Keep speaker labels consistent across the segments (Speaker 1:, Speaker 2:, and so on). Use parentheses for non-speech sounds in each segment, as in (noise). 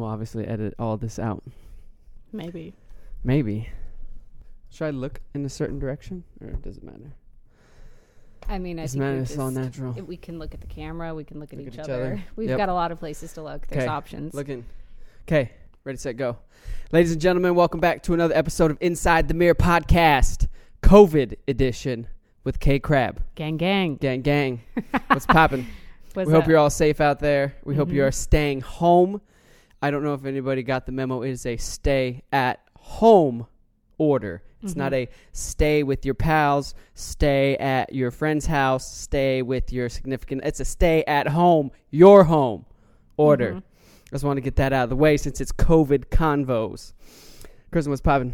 Speaker 1: obviously edit all this out.
Speaker 2: Maybe.
Speaker 1: Maybe. Should I look in a certain direction, or does it matter?
Speaker 2: I mean, I
Speaker 1: Doesn't
Speaker 2: think
Speaker 1: matter.
Speaker 2: we
Speaker 1: It's all
Speaker 2: just-
Speaker 1: natural.
Speaker 2: if we can look at the camera. We can look at,
Speaker 1: Look
Speaker 2: each, other. We've
Speaker 1: Yep.
Speaker 2: got a lot of places to look. There's
Speaker 1: 'Kay.
Speaker 2: options.
Speaker 1: Looking. Okay. Ready, set, go. Ladies and gentlemen, welcome back to another episode of Inside the Mirror podcast, COVID edition with K Crab.
Speaker 2: Gang, gang.
Speaker 1: Gang, gang.
Speaker 2: (laughs)
Speaker 1: What's poppin'?
Speaker 2: What's
Speaker 1: we hope
Speaker 2: up?
Speaker 1: you're all safe out there. We hope you
Speaker 2: Mhm.
Speaker 1: are staying home. I don't know if anybody got the memo. It is a stay at home order. It's not
Speaker 2: Mhm.
Speaker 1: a stay with your pals, stay at your friend's house, stay with your significant. It's a stay at home, your home order.
Speaker 2: Mhm.
Speaker 1: I just want to get that out of the way since it's COVID convos. Kristen, what's poppin'?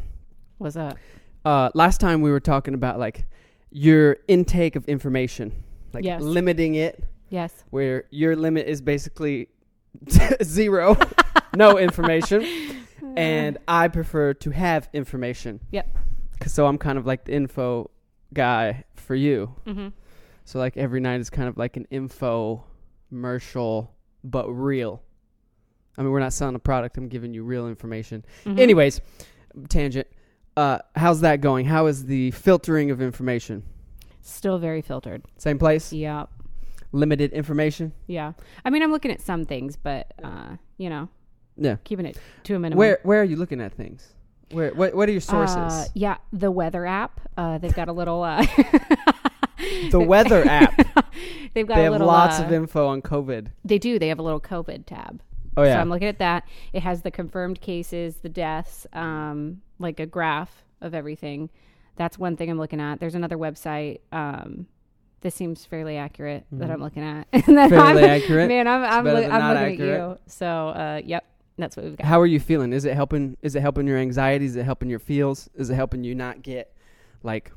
Speaker 2: What's up?
Speaker 1: uh, last time we were talking about like your intake of information, like
Speaker 2: Yes.
Speaker 1: limiting it,
Speaker 2: Yes.
Speaker 1: where your limit is basically (laughs) zero, no information, and I prefer to have information.
Speaker 2: Yep.
Speaker 1: 'Cause- So I'm kind of like the info guy for you.
Speaker 2: Mm-hmm.
Speaker 1: So like every night is kind of like an info commercial, but real. I mean, we're not selling a product. I'm giving you real information.
Speaker 2: Mm-hmm.
Speaker 1: Anyways, tangent. Uh, how's that going? How is the filtering of information?
Speaker 2: still very filtered.
Speaker 1: Same place?
Speaker 2: Yeah.
Speaker 1: Limited information?
Speaker 2: Yeah. I mean, I'm looking at some things, but, uh, you know,
Speaker 1: Yeah.
Speaker 2: keeping it to a minimum.
Speaker 1: Where Where are you looking at things? Where What What are your sources?
Speaker 2: Uh, yeah. The weather app. Uh, they've got a little. Uh, (laughs)
Speaker 1: the weather app.
Speaker 2: they've got
Speaker 1: They
Speaker 2: a
Speaker 1: have
Speaker 2: little.
Speaker 1: lots
Speaker 2: uh,
Speaker 1: of info on COVID.
Speaker 2: They do. They have a little COVID tab.
Speaker 1: Oh
Speaker 2: So
Speaker 1: yeah.
Speaker 2: I'm looking at that. It has the confirmed cases, the deaths, um, like a graph of everything. That's one thing I'm looking at. There's another website. Um, this seems fairly accurate that I'm looking at. (laughs) and then
Speaker 1: Mm-hmm. Fairly
Speaker 2: I'm,
Speaker 1: accurate.
Speaker 2: Man, I'm, I'm,
Speaker 1: better
Speaker 2: loo-
Speaker 1: than
Speaker 2: I'm
Speaker 1: not
Speaker 2: looking at you.
Speaker 1: accurate.
Speaker 2: So, uh, yep, that's what we've got.
Speaker 1: How are you feeling? Is it helping? Is it helping your anxiety? Is it helping your feels? Is it helping you not get like,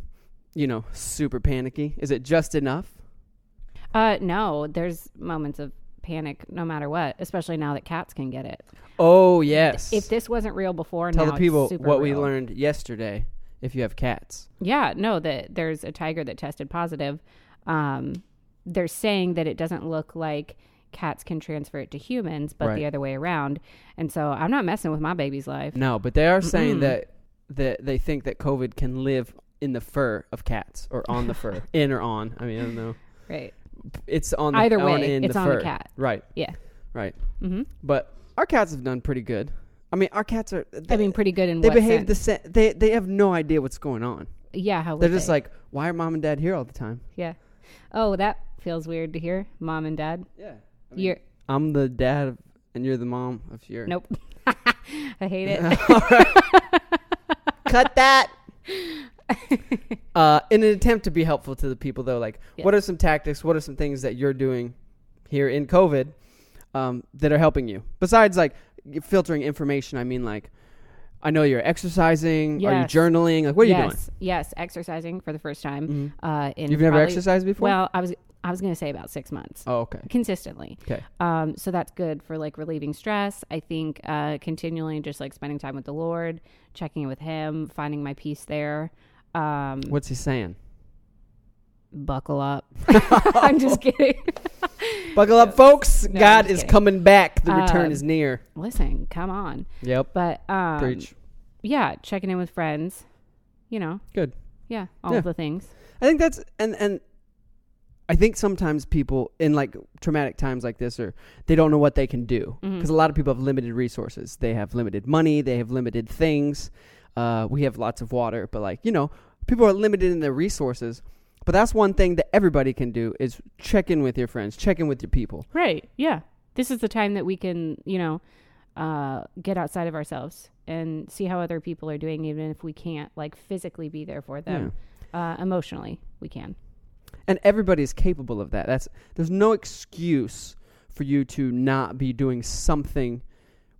Speaker 1: you know, super panicky? Is it just enough?
Speaker 2: Uh, no, there's moments of panic no matter what, especially now that cats can get it.
Speaker 1: Oh yes.
Speaker 2: If this wasn't real before,
Speaker 1: Tell
Speaker 2: now
Speaker 1: the
Speaker 2: it's
Speaker 1: people
Speaker 2: super
Speaker 1: what we
Speaker 2: real.
Speaker 1: learned yesterday. If you have cats.
Speaker 2: Yeah, no, that there's a tiger that tested positive. Um, they're saying that it doesn't look like cats can transfer it to humans, but
Speaker 1: Right.
Speaker 2: the other way around. And so I'm not messing with my baby's life.
Speaker 1: No, but they are
Speaker 2: Mm-mm.
Speaker 1: saying that that they think that COVID can live in the fur of cats or on the
Speaker 2: (laughs)
Speaker 1: fur, in or on. I mean, I don't know.
Speaker 2: Right.
Speaker 1: It's on the,
Speaker 2: Either
Speaker 1: on
Speaker 2: way,
Speaker 1: in
Speaker 2: it's
Speaker 1: the
Speaker 2: on the
Speaker 1: fur.
Speaker 2: cat.
Speaker 1: Right,
Speaker 2: Yeah.
Speaker 1: right.
Speaker 2: hmm
Speaker 1: But our cats have done pretty good. I mean, our cats are. They,
Speaker 2: I mean, pretty good in
Speaker 1: they
Speaker 2: what
Speaker 1: behave
Speaker 2: sense?
Speaker 1: the same. They they have no idea what's going on.
Speaker 2: Yeah, how
Speaker 1: They're
Speaker 2: would
Speaker 1: just
Speaker 2: they?
Speaker 1: like, why are mom and dad here all the time?
Speaker 2: yeah. Oh, that feels weird to hear, mom and dad.
Speaker 1: Yeah, I
Speaker 2: You're
Speaker 1: am the dad of, and you're the mom of your.
Speaker 2: nope. (laughs) I hate it.
Speaker 1: Cut that. (laughs) uh, in an attempt to be helpful to the people, though, like what are some tactics? What are some things that you're doing here in COVID um, that are helping you besides like filtering information? I mean, like I know you're exercising. Are you
Speaker 2: Yes.
Speaker 1: journaling? Like (laughs) what are
Speaker 2: yes,
Speaker 1: you doing? Mm-hmm.
Speaker 2: Yes, exercising for the first time. Uh, in
Speaker 1: You've never
Speaker 2: probably-
Speaker 1: exercised before.
Speaker 2: Well, I was I was gonna say about six months.
Speaker 1: oh, okay.
Speaker 2: consistently.
Speaker 1: Okay.
Speaker 2: Um, so that's good for like relieving stress. I think uh, continually just like spending time with the Lord, checking in with Him, finding my peace there. Um,
Speaker 1: What's he
Speaker 2: (laughs)
Speaker 1: saying?
Speaker 2: buckle up.
Speaker 1: (laughs)
Speaker 2: (laughs) I'm just kidding. (laughs)
Speaker 1: Buckle up, folks!
Speaker 2: No, I'm
Speaker 1: God
Speaker 2: just
Speaker 1: is
Speaker 2: kidding.
Speaker 1: coming back. The return
Speaker 2: Um,
Speaker 1: is near.
Speaker 2: Listen, come on.
Speaker 1: Yep.
Speaker 2: But um,
Speaker 1: Preach.
Speaker 2: yeah, checking in with friends. You know,
Speaker 1: Good.
Speaker 2: yeah, all
Speaker 1: Yeah.
Speaker 2: the things.
Speaker 1: I think that's and and I think sometimes people in like traumatic times like this or they don't know what they can do
Speaker 2: Mm-hmm. Mm.
Speaker 1: because a lot of people have limited resources. They have limited money. They have limited things. Uh, we have lots of water, but like you know, people are limited in their resources. But that's one thing that everybody can do is check in with your friends, check in with your people.
Speaker 2: Right. Yeah. This is the time that we can, you know, uh, get outside of ourselves and see how other people are doing, even if we can't like physically be there for them. Uh, emotionally, we can.
Speaker 1: and everybody is capable of that that's there's no excuse for you to not be doing something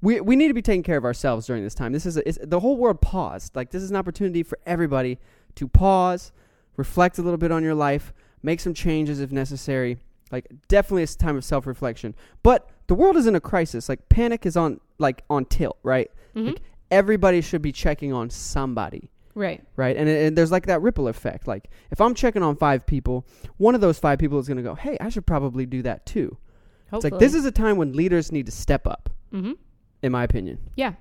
Speaker 1: we, we need to be taking care of ourselves during this time this is a, it's, the whole world paused like this is an opportunity for everybody to pause reflect a little bit on your life make some changes if necessary like definitely it's a time of self-reflection but the world is in a crisis like panic is on like on tilt right like everybody should be checking on somebody
Speaker 2: Right.
Speaker 1: right? And, it, and there's like that ripple effect. Like if I'm checking on five people, one of those five people is going to go, "Hey, I should probably do that too." It's like this is a time when leaders need to step up
Speaker 2: Mm-hmm.
Speaker 1: in in my opinion.
Speaker 2: Yeah.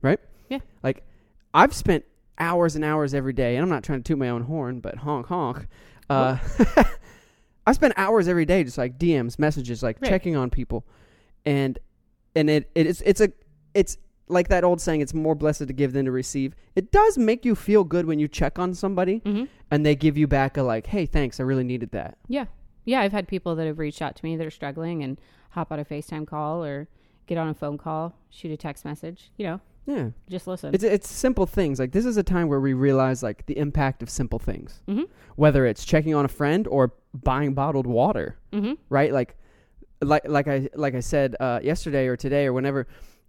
Speaker 1: Right?
Speaker 2: Yeah.
Speaker 1: Like, I've spent hours and hours every day, and I'm not trying to toot my own horn, but honk, honk. Uh, (laughs) I spend hours every day just like DMs, messages, like
Speaker 2: Right.
Speaker 1: checking on people, and and it, it it's it's a it's like that old saying, it's more blessed to give than to receive. It does make you feel good when you check on somebody
Speaker 2: Mm-hmm.
Speaker 1: and they give you back a like, hey, thanks, I really needed that.
Speaker 2: Yeah. Yeah. I've had people that have reached out to me that are struggling and hop on a FaceTime call or get on a phone call, shoot a text message, you know,
Speaker 1: Yeah,
Speaker 2: just listen.
Speaker 1: it's it's simple things. Like this is a time where we realize like the impact of simple things,
Speaker 2: Mhm.
Speaker 1: whether it's checking on a friend or buying bottled water.
Speaker 2: mm-hmm.
Speaker 1: right? Like, like, like I like I said uh, yesterday or today or whenever,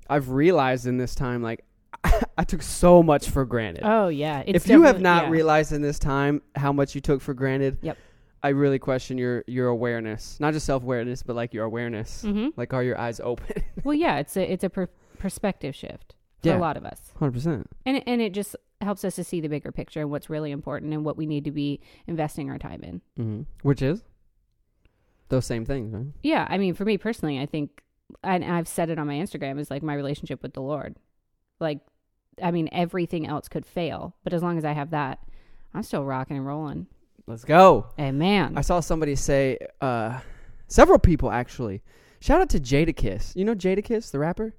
Speaker 1: I've realized in this time, like, (laughs) I took so much for granted.
Speaker 2: Oh, yeah. It's
Speaker 1: if you have
Speaker 2: definitely-
Speaker 1: not
Speaker 2: yeah.
Speaker 1: realized in this time how much you took for granted,
Speaker 2: Yep.
Speaker 1: I really question your your awareness, not just self awareness, but like your awareness.
Speaker 2: Mhm.
Speaker 1: Like, are your eyes open? (laughs)
Speaker 2: Well, yeah, it's a it's a per- perspective shift for
Speaker 1: Yeah.
Speaker 2: a lot of us,
Speaker 1: Hundred percent.
Speaker 2: and it, and it just helps us to see the bigger picture and what's really important and what we need to be investing our time in.
Speaker 1: Mm-hmm. Which is those same things, right?
Speaker 2: Yeah, I mean, for me personally, I think, and I've said it on my Instagram, is like my relationship with the Lord. Like, I mean, everything else could fail, but as long as I have that, I'm still rocking and rolling.
Speaker 1: Let's go.
Speaker 2: Amen.
Speaker 1: I saw somebody say, uh, several people actually. Shout out to Jadakiss. You know Jadakiss, the rapper?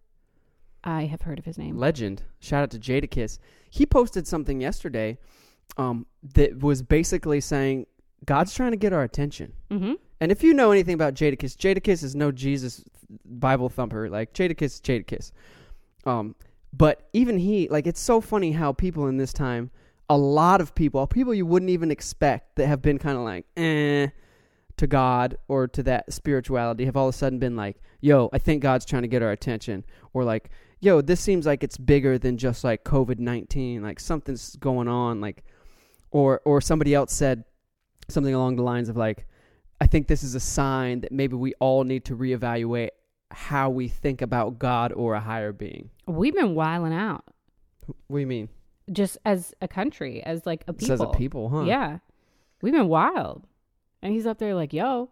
Speaker 2: I have heard of his name.
Speaker 1: legend. Shout out to Jadakiss. He posted something yesterday um, that was basically saying God's trying to get our attention.
Speaker 2: Mm-hmm.
Speaker 1: And if you know anything about Jadakiss, Jadakiss is no Jesus Bible thumper. Like Jadakiss, is Jadakiss. Um, but even he, like, it's so funny how people in this time, a lot of people, people you wouldn't even expect that have been kind of like, eh, to God or to that spirituality, have all of a sudden been like, yo, I think God's trying to get our attention, or like, yo, this seems like it's bigger than just like COVID nineteen, like something's going on, like, or or somebody else said something along the lines of like. I think this is a sign that maybe we all need to reevaluate how we think about God or a higher being.
Speaker 2: We've been wiling out
Speaker 1: What do you mean?
Speaker 2: just as a country, as like a
Speaker 1: It
Speaker 2: people.
Speaker 1: says a people, huh?
Speaker 2: Yeah. We've been wild. And he's up there like, yo,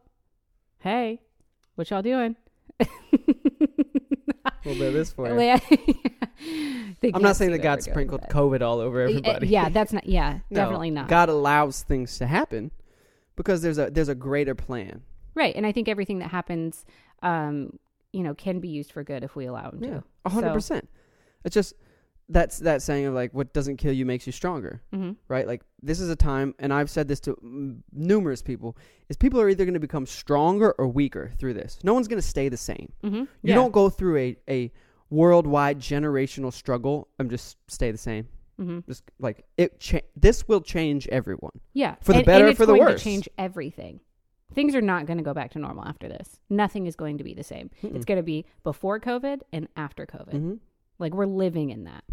Speaker 2: hey, what y'all doing? (laughs)
Speaker 1: A little bit of this for you.
Speaker 2: Like, (laughs)
Speaker 1: I'm not saying that God sprinkled COVID all over everybody.
Speaker 2: Eh, Yeah, that's not, yeah,
Speaker 1: (laughs) No,
Speaker 2: definitely not.
Speaker 1: God allows things to happen because there's a there's a greater plan.
Speaker 2: Right. And I think everything that happens, um, you know, can be used for good if we allow him
Speaker 1: Yeah.
Speaker 2: to.
Speaker 1: A hundred
Speaker 2: So-
Speaker 1: percent. It's just that's that saying of like what doesn't kill you makes you stronger.
Speaker 2: Mhm.
Speaker 1: right? Like this is a time, and I've said this to mm, numerous people: is people are either going to become stronger or weaker through this. No one's going to stay the same.
Speaker 2: Mhm.
Speaker 1: You
Speaker 2: Yeah.
Speaker 1: don't go through a a worldwide generational struggle and just stay the same.
Speaker 2: Mhm.
Speaker 1: Just like it, cha- this will change everyone.
Speaker 2: Yeah.
Speaker 1: For the
Speaker 2: And-
Speaker 1: better,
Speaker 2: and it's
Speaker 1: for the
Speaker 2: going to
Speaker 1: worse.
Speaker 2: change everything. Things are not going to go back to normal after this. Nothing is going to be the same. It's going to be before COVID and after COVID.
Speaker 1: Mm-hmm.
Speaker 2: Like we're living in that.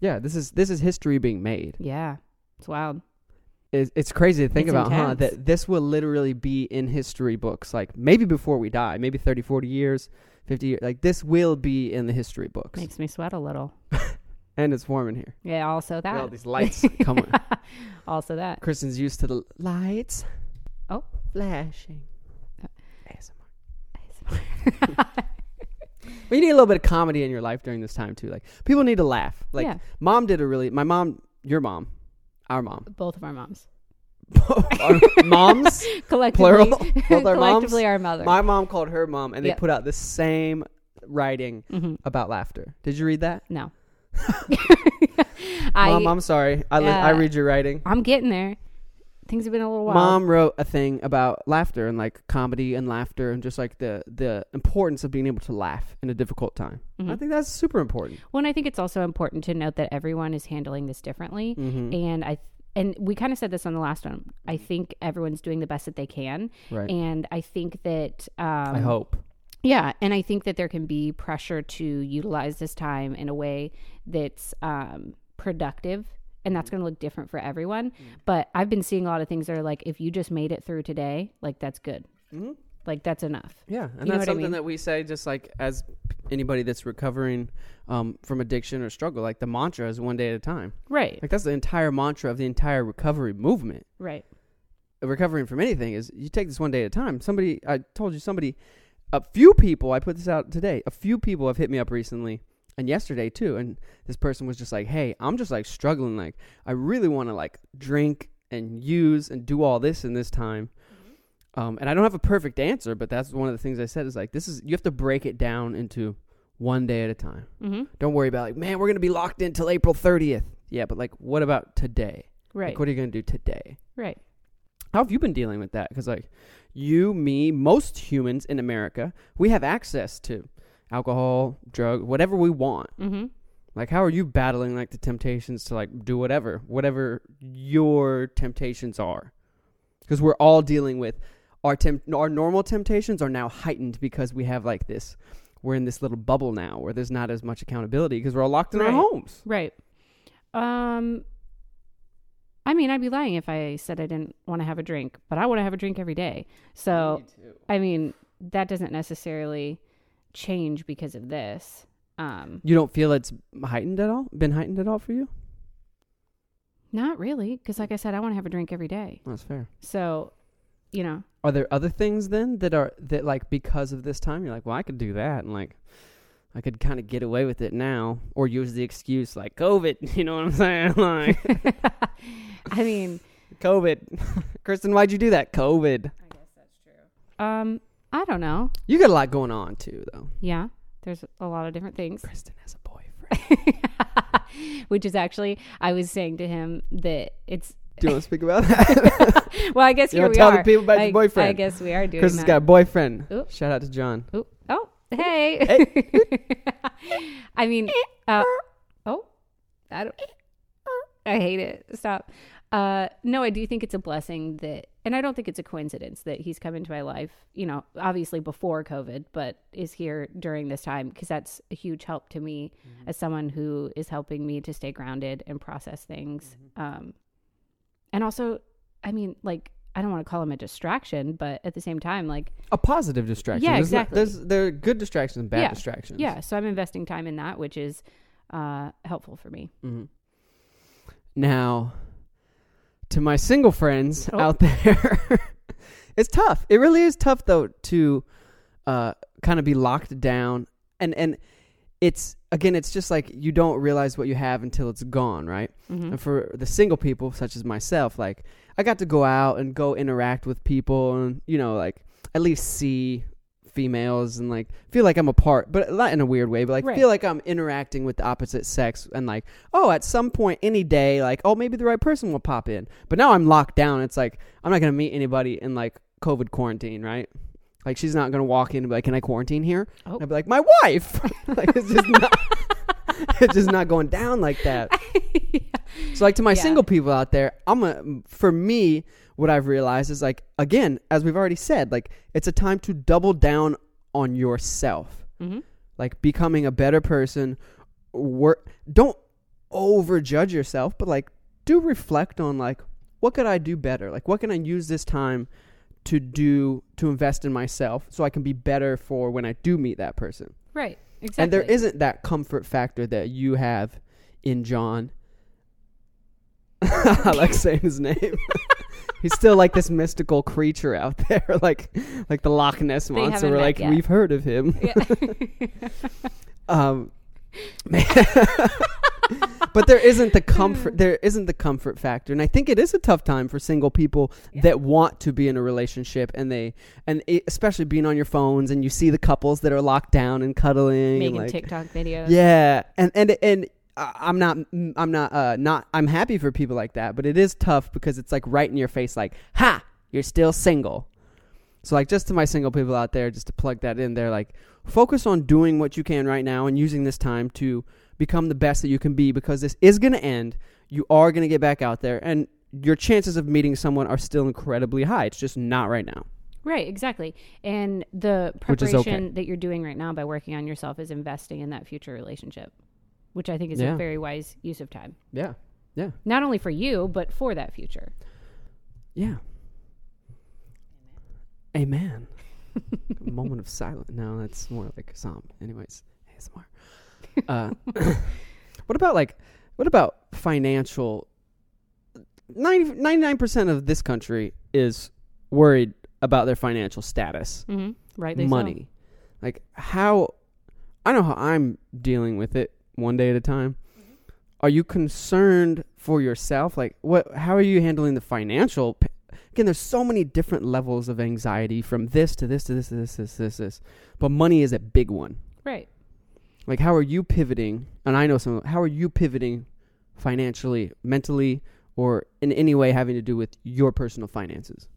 Speaker 1: Yeah, this is this is history being made.
Speaker 2: Yeah. It's wild.
Speaker 1: It's, it's crazy to think
Speaker 2: It's
Speaker 1: about, huh?
Speaker 2: intense.
Speaker 1: That this will literally be in history books, like maybe before we die, maybe 30, 40 years, 50 years. Like this will be in the history books.
Speaker 2: Makes me sweat a little.
Speaker 1: And it's warm in here.
Speaker 2: Yeah, also
Speaker 1: Look at
Speaker 2: that.
Speaker 1: all these
Speaker 2: (laughs)
Speaker 1: lights. Come (laughs) on.
Speaker 2: also
Speaker 1: (laughs)
Speaker 2: that. (laughs)
Speaker 1: Kristen's used to the lights.
Speaker 2: Oh. Uh,
Speaker 1: flashing. ASMR.
Speaker 2: ASMR.
Speaker 1: But you need a little bit of comedy in your life during this time too. Like people need to laugh. Like
Speaker 2: Yeah.
Speaker 1: mom did a really. My mom, your mom, our
Speaker 2: (laughs)
Speaker 1: mom,
Speaker 2: Both of our moms.
Speaker 1: (laughs) our moms,
Speaker 2: Collectively.
Speaker 1: plural. Both our moms.
Speaker 2: (laughs) collectively our mother.
Speaker 1: My mom called her mom, and they
Speaker 2: Yep.
Speaker 1: put out the same writing
Speaker 2: Mhm.
Speaker 1: about laughter. Did you read that? (laughs)
Speaker 2: No. I,
Speaker 1: mom, I'm sorry. I li- I
Speaker 2: Yeah.
Speaker 1: read your writing.
Speaker 2: I'm getting there. Things have been a little while.
Speaker 1: Mom wrote a thing about laughter and like comedy and laughter and just like the the importance of being able to laugh in a difficult time.
Speaker 2: Mm-hmm.
Speaker 1: I think that's super important.
Speaker 2: Well, and I think it's also important to note that everyone is handling this differently,
Speaker 1: Mm-hmm.
Speaker 2: and I and we kind of said this on the last one. I think everyone's doing the best that they can,
Speaker 1: Right.
Speaker 2: and I think that um,
Speaker 1: I hope.
Speaker 2: yeah, and I think that there can be pressure to utilize this time in a way that's um, productive. And that's going to look different for everyone. But I've been seeing a lot of things that are like, if you just made it through today, like that's good. Like that's enough.
Speaker 1: Yeah, and
Speaker 2: know
Speaker 1: that's
Speaker 2: what I
Speaker 1: something
Speaker 2: mean?
Speaker 1: that we say just like as anybody that's recovering um, from addiction or struggle. Like the mantra is one day at a time.
Speaker 2: Right.
Speaker 1: Like that's the entire mantra of the entire recovery movement.
Speaker 2: Right.
Speaker 1: Recovering from anything is you take this one day at a time. Somebody I told you somebody a few people, I put this out today, a few people have hit me up recently and yesterday too. And this person was just like, hey, I'm just like struggling. Like, I really want to like drink and use and do all this in this time. Um, and I don't have a perfect answer, but that's one of the things I said is like, this is, you have to break it down into one day at a time.
Speaker 2: Mm-hmm.
Speaker 1: Don't worry about like, man, we're going to be locked in till April 30th. Yeah, but like, what about today?
Speaker 2: Right.
Speaker 1: Like, what are you going to do today?
Speaker 2: right.
Speaker 1: How have you been dealing with that? Because like you, me, most humans in America, we have access to alcohol, drug, whatever we want.
Speaker 2: Mm-hmm.
Speaker 1: Like, how are you battling like the temptations to like do whatever, whatever your temptations are? Because we're all dealing with our temp- our normal temptations are now heightened because we have like this. We're in this little bubble now where there's not as much accountability because we're all locked in our
Speaker 2: Right.
Speaker 1: homes.
Speaker 2: Right. Um I mean, I'd be lying if I said I didn't want to have a drink, but I want to have a drink every day. So, I mean, that doesn't necessarily change because of this. Um
Speaker 1: You don't feel it's heightened at all? Been heightened at all for you?
Speaker 2: not really, because like I said, I want to have a drink every day.
Speaker 1: That's fair.
Speaker 2: So, you know, (laughs)
Speaker 1: are there other things then that are that like because of this time you're like well i could do that and like i could kind of get away with it now or use the excuse like covid (laughs) you know what i'm saying (laughs) like
Speaker 2: I mean,
Speaker 1: covid (laughs) kristen why'd you do that covid
Speaker 2: um I don't know.
Speaker 1: you got a lot going on too though
Speaker 2: Yeah. There's a lot of different things. (laughs)
Speaker 1: kristen has a boyfriend
Speaker 2: Which is actually I was saying to him that it's
Speaker 1: do you want to speak (laughs) about that
Speaker 2: well, I guess
Speaker 1: You
Speaker 2: here
Speaker 1: don't
Speaker 2: we
Speaker 1: tell
Speaker 2: are.
Speaker 1: the people about your
Speaker 2: I,
Speaker 1: boyfriend.
Speaker 2: I guess we are doing
Speaker 1: kristen's
Speaker 2: that.
Speaker 1: got a boyfriend
Speaker 2: Oop.
Speaker 1: shout out to john
Speaker 2: Ooh. Oh, hey. (laughs) I mean, uh, oh, I don't. I hate it. Stop. Uh, no, I do think it's a blessing that, and I don't think it's a coincidence that he's come into my life. You know, obviously before COVID, but is here during this time because that's a huge help to me as someone who is helping me to stay grounded and process things. Um, and also, I mean, like, I don't want to call him a distraction, but at the same time, like,
Speaker 1: a positive distraction
Speaker 2: Yeah,
Speaker 1: There's
Speaker 2: exactly.
Speaker 1: there's there are good distractions and bad
Speaker 2: Yeah.
Speaker 1: distractions
Speaker 2: Yeah, so I'm investing time in that, which is uh, helpful for me.
Speaker 1: hmm Now, to my single friends
Speaker 2: Oh.
Speaker 1: out (laughs) there, it's tough. It really is tough though to uh, kind of be locked down, and and it's again, it's just like you don't realize what you have until it's gone, right?
Speaker 2: (laughs) Mhm.
Speaker 1: And for the single people, such as myself, like I got to go out and go interact with people, and you know, like at least see females and like feel like I'm a part, but not in a weird way, but like
Speaker 2: Right.
Speaker 1: feel like I'm interacting with the opposite sex, and like oh, at some point any day, like oh, maybe the right person will pop in. But now I'm locked down. It's like I'm not gonna meet anybody in like COVID quarantine, right? Like she's not gonna walk in and be like, "Can I quarantine here?"
Speaker 2: Oh.
Speaker 1: And I'd be like, "My wife." (laughs) like it's just not, (laughs) it's just not going down like that. So like to my
Speaker 2: Yeah.
Speaker 1: single people out there, I'm a for me what I've realized is like again, as we've already said, like it's a time to double down on yourself.
Speaker 2: Mhm.
Speaker 1: Like becoming a better person, work don't overjudge yourself, but like do reflect on like what could I do better? Like what can I use this time to do to invest in myself so I can be better for when I do meet that person.
Speaker 2: Right. Exactly.
Speaker 1: And there isn't that comfort factor that you have in John. (laughs) I like saying his name. (laughs) He's still like this mystical creature out there, (laughs) like like the Loch Ness
Speaker 2: They
Speaker 1: monster.
Speaker 2: haven't
Speaker 1: We're
Speaker 2: met
Speaker 1: like,
Speaker 2: yet.
Speaker 1: we've heard of him.
Speaker 2: Yeah.
Speaker 1: (laughs)
Speaker 2: (laughs)
Speaker 1: Um, man. (laughs) but there isn't the
Speaker 2: Hmm.
Speaker 1: comfort. There isn't the comfort factor, and I think it is a tough time for single people that want to be in a relationship, and they and it, especially being on your phones, and you see the couples that are locked down and cuddling, and
Speaker 2: Making
Speaker 1: like,
Speaker 2: TikTok videos.
Speaker 1: yeah, and and and I- I'm not I'm not uh not I'm happy for people like that, but it is tough because it's like right in your face, like ha, you're still single. So like just to my single people out there, just to plug that in there, like focus on doing what you can right now and using this time to become the best that you can be because this is gonna end. You are gonna get back out there and your chances of meeting someone are still incredibly high. It's just not right now.
Speaker 2: Right, exactly. And the
Speaker 1: Which is okay.
Speaker 2: preparation that you're doing right now by working on yourself is investing in that future relationship, which I think is
Speaker 1: Yeah.
Speaker 2: a very wise use of time.
Speaker 1: Yeah. Yeah.
Speaker 2: Not only for you, but for that future.
Speaker 1: Yeah. Amen. A moment of silence. No, that's more like a psalm. Anyways, ASMR. Uh, (coughs) what about like, what about financial? 99 percent of this country is worried about their financial status,
Speaker 2: Mm-hmm. Rightly so.
Speaker 1: money. Like how I know how I'm dealing with it one day at a time. Are you concerned for yourself? Like what how are you handling the financial p- Again, there's so many different levels of anxiety from this to this to this to this to this to this, this. But money is a big one.
Speaker 2: Right.
Speaker 1: Like how are you pivoting? And I know some how are you pivoting financially, mentally, or in any way having to do with your personal finances?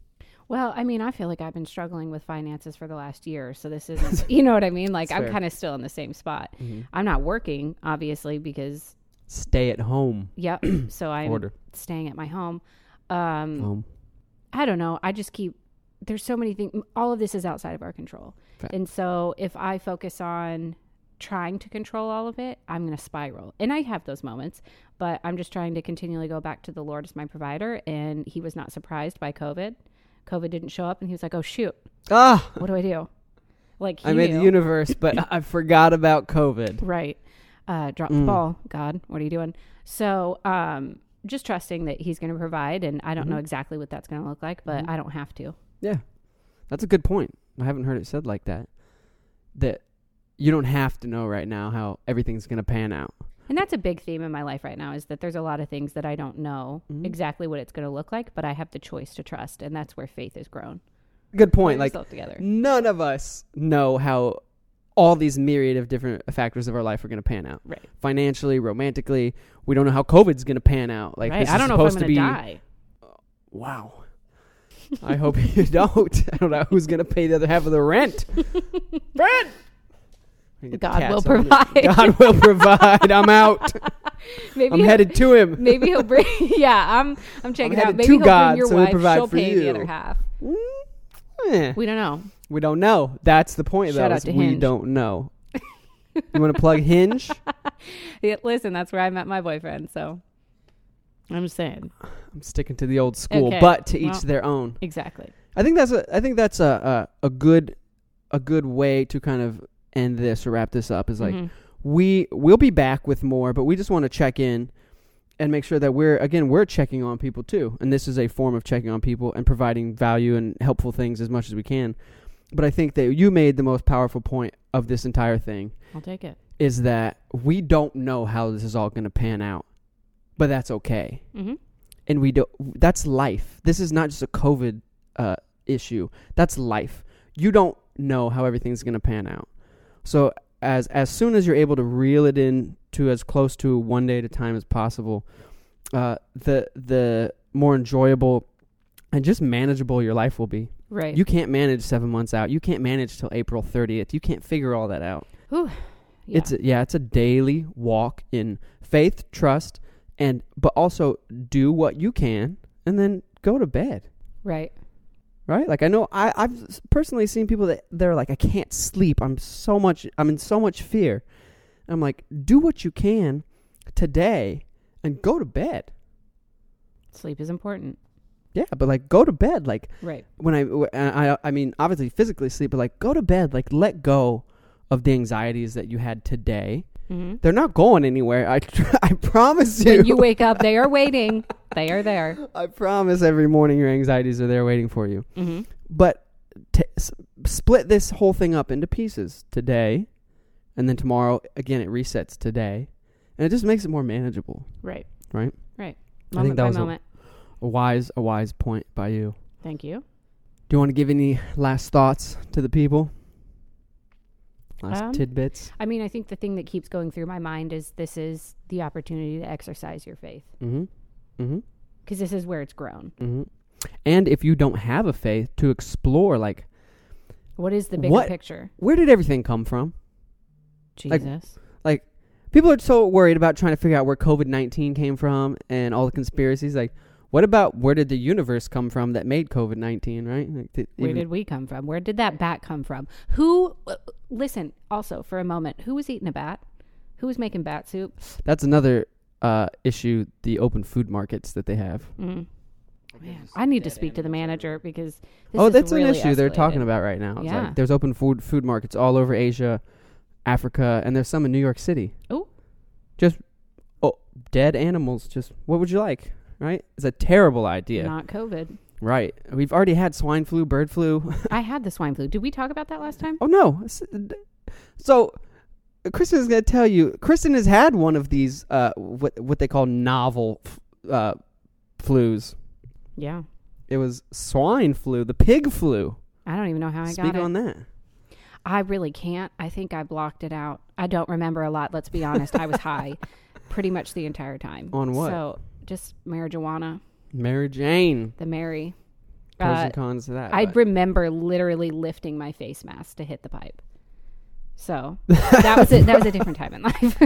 Speaker 2: Well, I mean, I feel like I've been struggling with finances for the last year, so this isn't. (laughs) you know what I mean? Like
Speaker 1: It's
Speaker 2: I'm
Speaker 1: fair. Mm-hmm.
Speaker 2: kind of still in the same spot. I'm not working, obviously, because
Speaker 1: Stay at home (clears throat)
Speaker 2: yep. so I'm
Speaker 1: order.
Speaker 2: staying at my home. Um,
Speaker 1: Home.
Speaker 2: I don't know. I just keep there's so many things. All of this is outside of our control,
Speaker 1: Fact.
Speaker 2: and so if I focus on trying to control all of it, I'm going to spiral. And I have those moments, but I'm just trying to continually go back to the Lord as my provider. And He was not surprised by COVID. COVID didn't show up, and He was like, "Oh shoot,
Speaker 1: Ah,
Speaker 2: what do I do?" Like he
Speaker 1: I made the
Speaker 2: knew.
Speaker 1: universe,
Speaker 2: (laughs)
Speaker 1: but I forgot about COVID.
Speaker 2: Right. Uh, drop the
Speaker 1: Mm.
Speaker 2: ball. God, what are you doing? So, um, just trusting that he's going to provide, and I don't know
Speaker 1: Mhm.
Speaker 2: exactly what that's going to look like, but
Speaker 1: Mhm.
Speaker 2: I don't have to.
Speaker 1: Yeah, that's a good point. I haven't heard it said like that. That you don't have to know right now how everything's gonna pan out.
Speaker 2: And that's a big theme in my life right now is that there's a lot of things that I don't know
Speaker 1: Mhm.
Speaker 2: exactly what it's going to look like, but I have the choice to trust, and that's where faith has grown.
Speaker 1: Good point. Like
Speaker 2: yourself together.
Speaker 1: none of us know how all these myriad of different factors of our life are gonna pan out.
Speaker 2: Right.
Speaker 1: Financially, romantically, we don't know how COVID's gonna pan out. Like
Speaker 2: right.
Speaker 1: this
Speaker 2: I
Speaker 1: is
Speaker 2: don't know if I'm
Speaker 1: supposed
Speaker 2: going
Speaker 1: to be.
Speaker 2: die.
Speaker 1: Wow. I hope (laughs) you don't. I don't know who's gonna pay the other half of the
Speaker 2: (laughs)
Speaker 1: rent. rent.
Speaker 2: God will
Speaker 1: Cats on it.
Speaker 2: provide.
Speaker 1: God will provide. I'm out.
Speaker 2: (laughs) Maybe
Speaker 1: I'm
Speaker 2: he'll-
Speaker 1: headed to him.
Speaker 2: (laughs) Maybe he'll bring. (laughs) Yeah, I'm. I'm checking
Speaker 1: I'm
Speaker 2: out.
Speaker 1: headed
Speaker 2: Maybe
Speaker 1: to
Speaker 2: he'll
Speaker 1: God,
Speaker 2: bring your
Speaker 1: so he'll
Speaker 2: wife.
Speaker 1: provide
Speaker 2: She'll
Speaker 1: for
Speaker 2: pay the
Speaker 1: you.
Speaker 2: other half.
Speaker 1: Mm, eh.
Speaker 2: We don't know. (laughs)
Speaker 1: We don't know. That's the point,
Speaker 2: Shout
Speaker 1: though.
Speaker 2: out
Speaker 1: is
Speaker 2: to
Speaker 1: we
Speaker 2: Hinge.
Speaker 1: don't
Speaker 2: (laughs)
Speaker 1: know. you want to plug Hinge?
Speaker 2: Yeah, listen, that's where I met my boyfriend. So I'm just saying.
Speaker 1: I'm sticking to the old school,
Speaker 2: Okay,
Speaker 1: but to each
Speaker 2: well-
Speaker 1: their own.
Speaker 2: Exactly.
Speaker 1: I think that's a. I think that's a, a a good a good way to kind of end this or wrap this up. Is like
Speaker 2: Mhm.
Speaker 1: we we'll be back with more, but we just want to check in and make sure that we're again we're checking on people too, and this is a form of checking on people and providing value and helpful things as much as we can. But I think that you made the most powerful point of this entire thing
Speaker 2: I'll take it.
Speaker 1: is that we don't know how this is all going to pan out, but that's okay,
Speaker 2: Mm-hmm.
Speaker 1: and we do. That's life. This is not just a COVID uh, issue. That's life. You don't know how everything's going to pan out. So as as soon as you're able to reel it in to as close to one day at a time as possible, uh, the the more enjoyable and just manageable your life will be.
Speaker 2: Right.
Speaker 1: You can't manage seven months out. You can't manage till April thirtieth. You can't figure all that out.
Speaker 2: yeah.
Speaker 1: It's a, yeah, it's a daily walk in faith, trust, and but also do what you can, and then go to bed.
Speaker 2: right.
Speaker 1: Right? Like I know I I've s- personally seen people that they're like I can't sleep. I'm so much I'm in so much fear. I'm like do what you can today and go to bed.
Speaker 2: Sleep is important.
Speaker 1: Yeah, but like go to bed. Like
Speaker 2: Right.
Speaker 1: when I w- uh, I I- I mean obviously physically sleep, but like go to bed. Like let go of the anxieties that you had today. (laughs)
Speaker 2: Mm-hmm.
Speaker 1: They're not going anywhere. I (laughs) tr- I promise you.
Speaker 2: When you wake up, they are waiting. (laughs) they are there.
Speaker 1: I promise every morning your anxieties are there waiting for you.
Speaker 2: Mm-hmm.
Speaker 1: But t- s- split this whole thing up into pieces today, and then tomorrow again it resets today, and it just makes it more manageable.
Speaker 2: Right.
Speaker 1: Right.
Speaker 2: Right.
Speaker 1: I think
Speaker 2: Moment
Speaker 1: that
Speaker 2: by
Speaker 1: was a-
Speaker 2: moment.
Speaker 1: A wise, a wise point by you.
Speaker 2: Thank you.
Speaker 1: Do you want to give any last thoughts to the people? Last
Speaker 2: Um,
Speaker 1: tidbits.
Speaker 2: I mean, I think the thing that keeps going through my mind is this is the opportunity to exercise your faith
Speaker 1: Mm-hmm. Mm-hmm.
Speaker 2: because this is where it's grown.
Speaker 1: Mm-hmm. And if you don't have a faith, to explore like
Speaker 2: What is the bigger
Speaker 1: What-
Speaker 2: picture?
Speaker 1: where did everything come from? Like-
Speaker 2: Jesus.
Speaker 1: like people are so worried about trying to figure out where covid-19 came from and all the conspiracies like what about where did the universe come from that made covid-19 right like, th-
Speaker 2: Where
Speaker 1: even-
Speaker 2: did we come from? Where did that bat come from? Who, uh, listen, also for a moment, who was eating a bat? Who was making bat soup?
Speaker 1: that's another uh, issue the open food markets that they have
Speaker 2: Mm. Man, I need to speak to the manager because this
Speaker 1: oh
Speaker 2: is
Speaker 1: that's an
Speaker 2: really
Speaker 1: issue they're
Speaker 2: escalated.
Speaker 1: talking about right now It's like,
Speaker 2: Yeah.
Speaker 1: there's open food food markets all over asia africa and there's some in new york city
Speaker 2: Ooh.
Speaker 1: just oh dead animals just what would you like right it's a terrible idea
Speaker 2: Not COVID.
Speaker 1: Right. We've already had swine flu, bird flu. (laughs)
Speaker 2: I had the swine flu. Did we talk about that last time?
Speaker 1: oh no. S- d- So Kristen is going to tell you. Kristen has had one of these uh, what what they call novel f- uh, flus.
Speaker 2: Yeah.
Speaker 1: It was swine flu, the pig flu.
Speaker 2: I don't even know how I
Speaker 1: Speak
Speaker 2: got it.
Speaker 1: on that.
Speaker 2: I really can't. I think I blocked it out. I don't remember a lot. Let's be
Speaker 1: (laughs)
Speaker 2: honest. I was high pretty much the entire time.
Speaker 1: On what?
Speaker 2: So just marijuana,
Speaker 1: Mary Jane.
Speaker 2: the Mary.
Speaker 1: Pros
Speaker 2: Uh,
Speaker 1: and cons to that.
Speaker 2: I
Speaker 1: but-
Speaker 2: remember literally lifting my face mask to hit the pipe.
Speaker 1: (laughs)
Speaker 2: So that was it. That was a different time in life.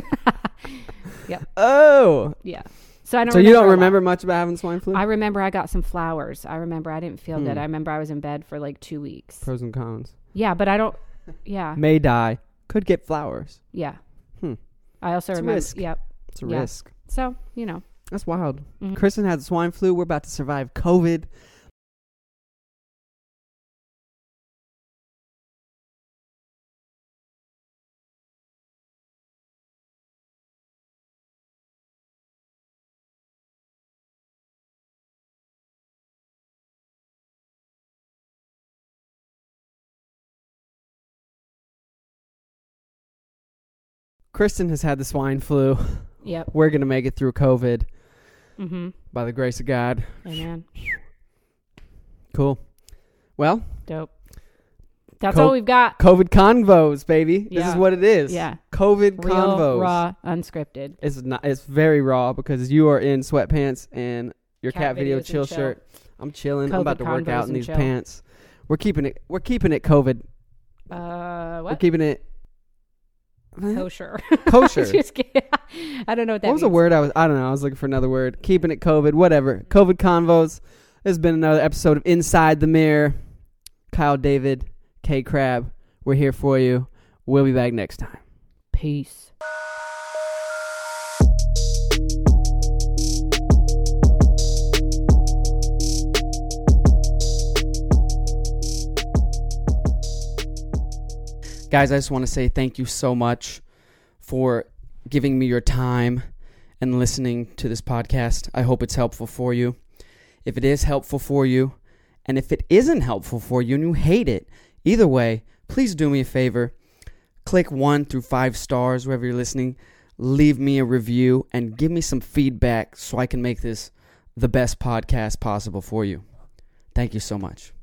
Speaker 2: (laughs)
Speaker 1: oh.
Speaker 2: yeah. So I don't.
Speaker 1: So you don't
Speaker 2: a lot.
Speaker 1: remember much about having swine flu?
Speaker 2: I remember I got some flowers. I remember I didn't feel good.
Speaker 1: Hmm.
Speaker 2: I remember I was in bed for like two weeks.
Speaker 1: Pros and cons.
Speaker 2: Yeah, but I don't. Yeah,
Speaker 1: May die. Could get flowers.
Speaker 2: yeah.
Speaker 1: Hmm.
Speaker 2: I also
Speaker 1: It's a
Speaker 2: remember.
Speaker 1: risk.
Speaker 2: Yep.
Speaker 1: It's a
Speaker 2: Yeah.
Speaker 1: risk.
Speaker 2: So you know.
Speaker 1: That's wild.
Speaker 2: Mhm.
Speaker 1: Kristen had swine flu. We're about to survive COVID. Kristen has had the swine flu.
Speaker 2: Yep.
Speaker 1: We're going to make it through COVID
Speaker 2: Mm-hmm.
Speaker 1: by the grace of God.
Speaker 2: Amen.
Speaker 1: Cool. Well,
Speaker 2: Dope. That's
Speaker 1: Cool.
Speaker 2: all we've got.
Speaker 1: COVID convos, baby. This is
Speaker 2: Yeah.
Speaker 1: what it is.
Speaker 2: Yeah.
Speaker 1: COVID
Speaker 2: Real,
Speaker 1: convos.
Speaker 2: raw, unscripted.
Speaker 1: It's not. It's very raw because you are in sweatpants and your cat,
Speaker 2: Cat
Speaker 1: video
Speaker 2: videos and
Speaker 1: chill
Speaker 2: chill.
Speaker 1: shirt. I'm chilling. I'm about to
Speaker 2: COVID
Speaker 1: work
Speaker 2: convos
Speaker 1: out in
Speaker 2: and
Speaker 1: these
Speaker 2: chill.
Speaker 1: pants. We're keeping it. We're keeping it COVID.
Speaker 2: Uh,
Speaker 1: We're
Speaker 2: what?
Speaker 1: keeping it
Speaker 2: Kosher.
Speaker 1: kosher.
Speaker 2: (laughs) Just kidding. I don't know what that
Speaker 1: what was
Speaker 2: means.
Speaker 1: the word I was? I don't know. I was looking for another word. Keeping it COVID. Whatever. COVID convos. This has been another episode of Inside the Mirror. Kyle David, K Crab. We're here for you. We'll be back next time.
Speaker 2: Peace.
Speaker 1: guys i just want to say thank you so much for giving me your time and listening to this podcast i hope it's helpful for you if it is helpful for you and if it isn't helpful for you and you hate it either way please do me a favor click one through five stars wherever you're listening leave me a review and give me some feedback so i can make this the best podcast possible for you thank you so much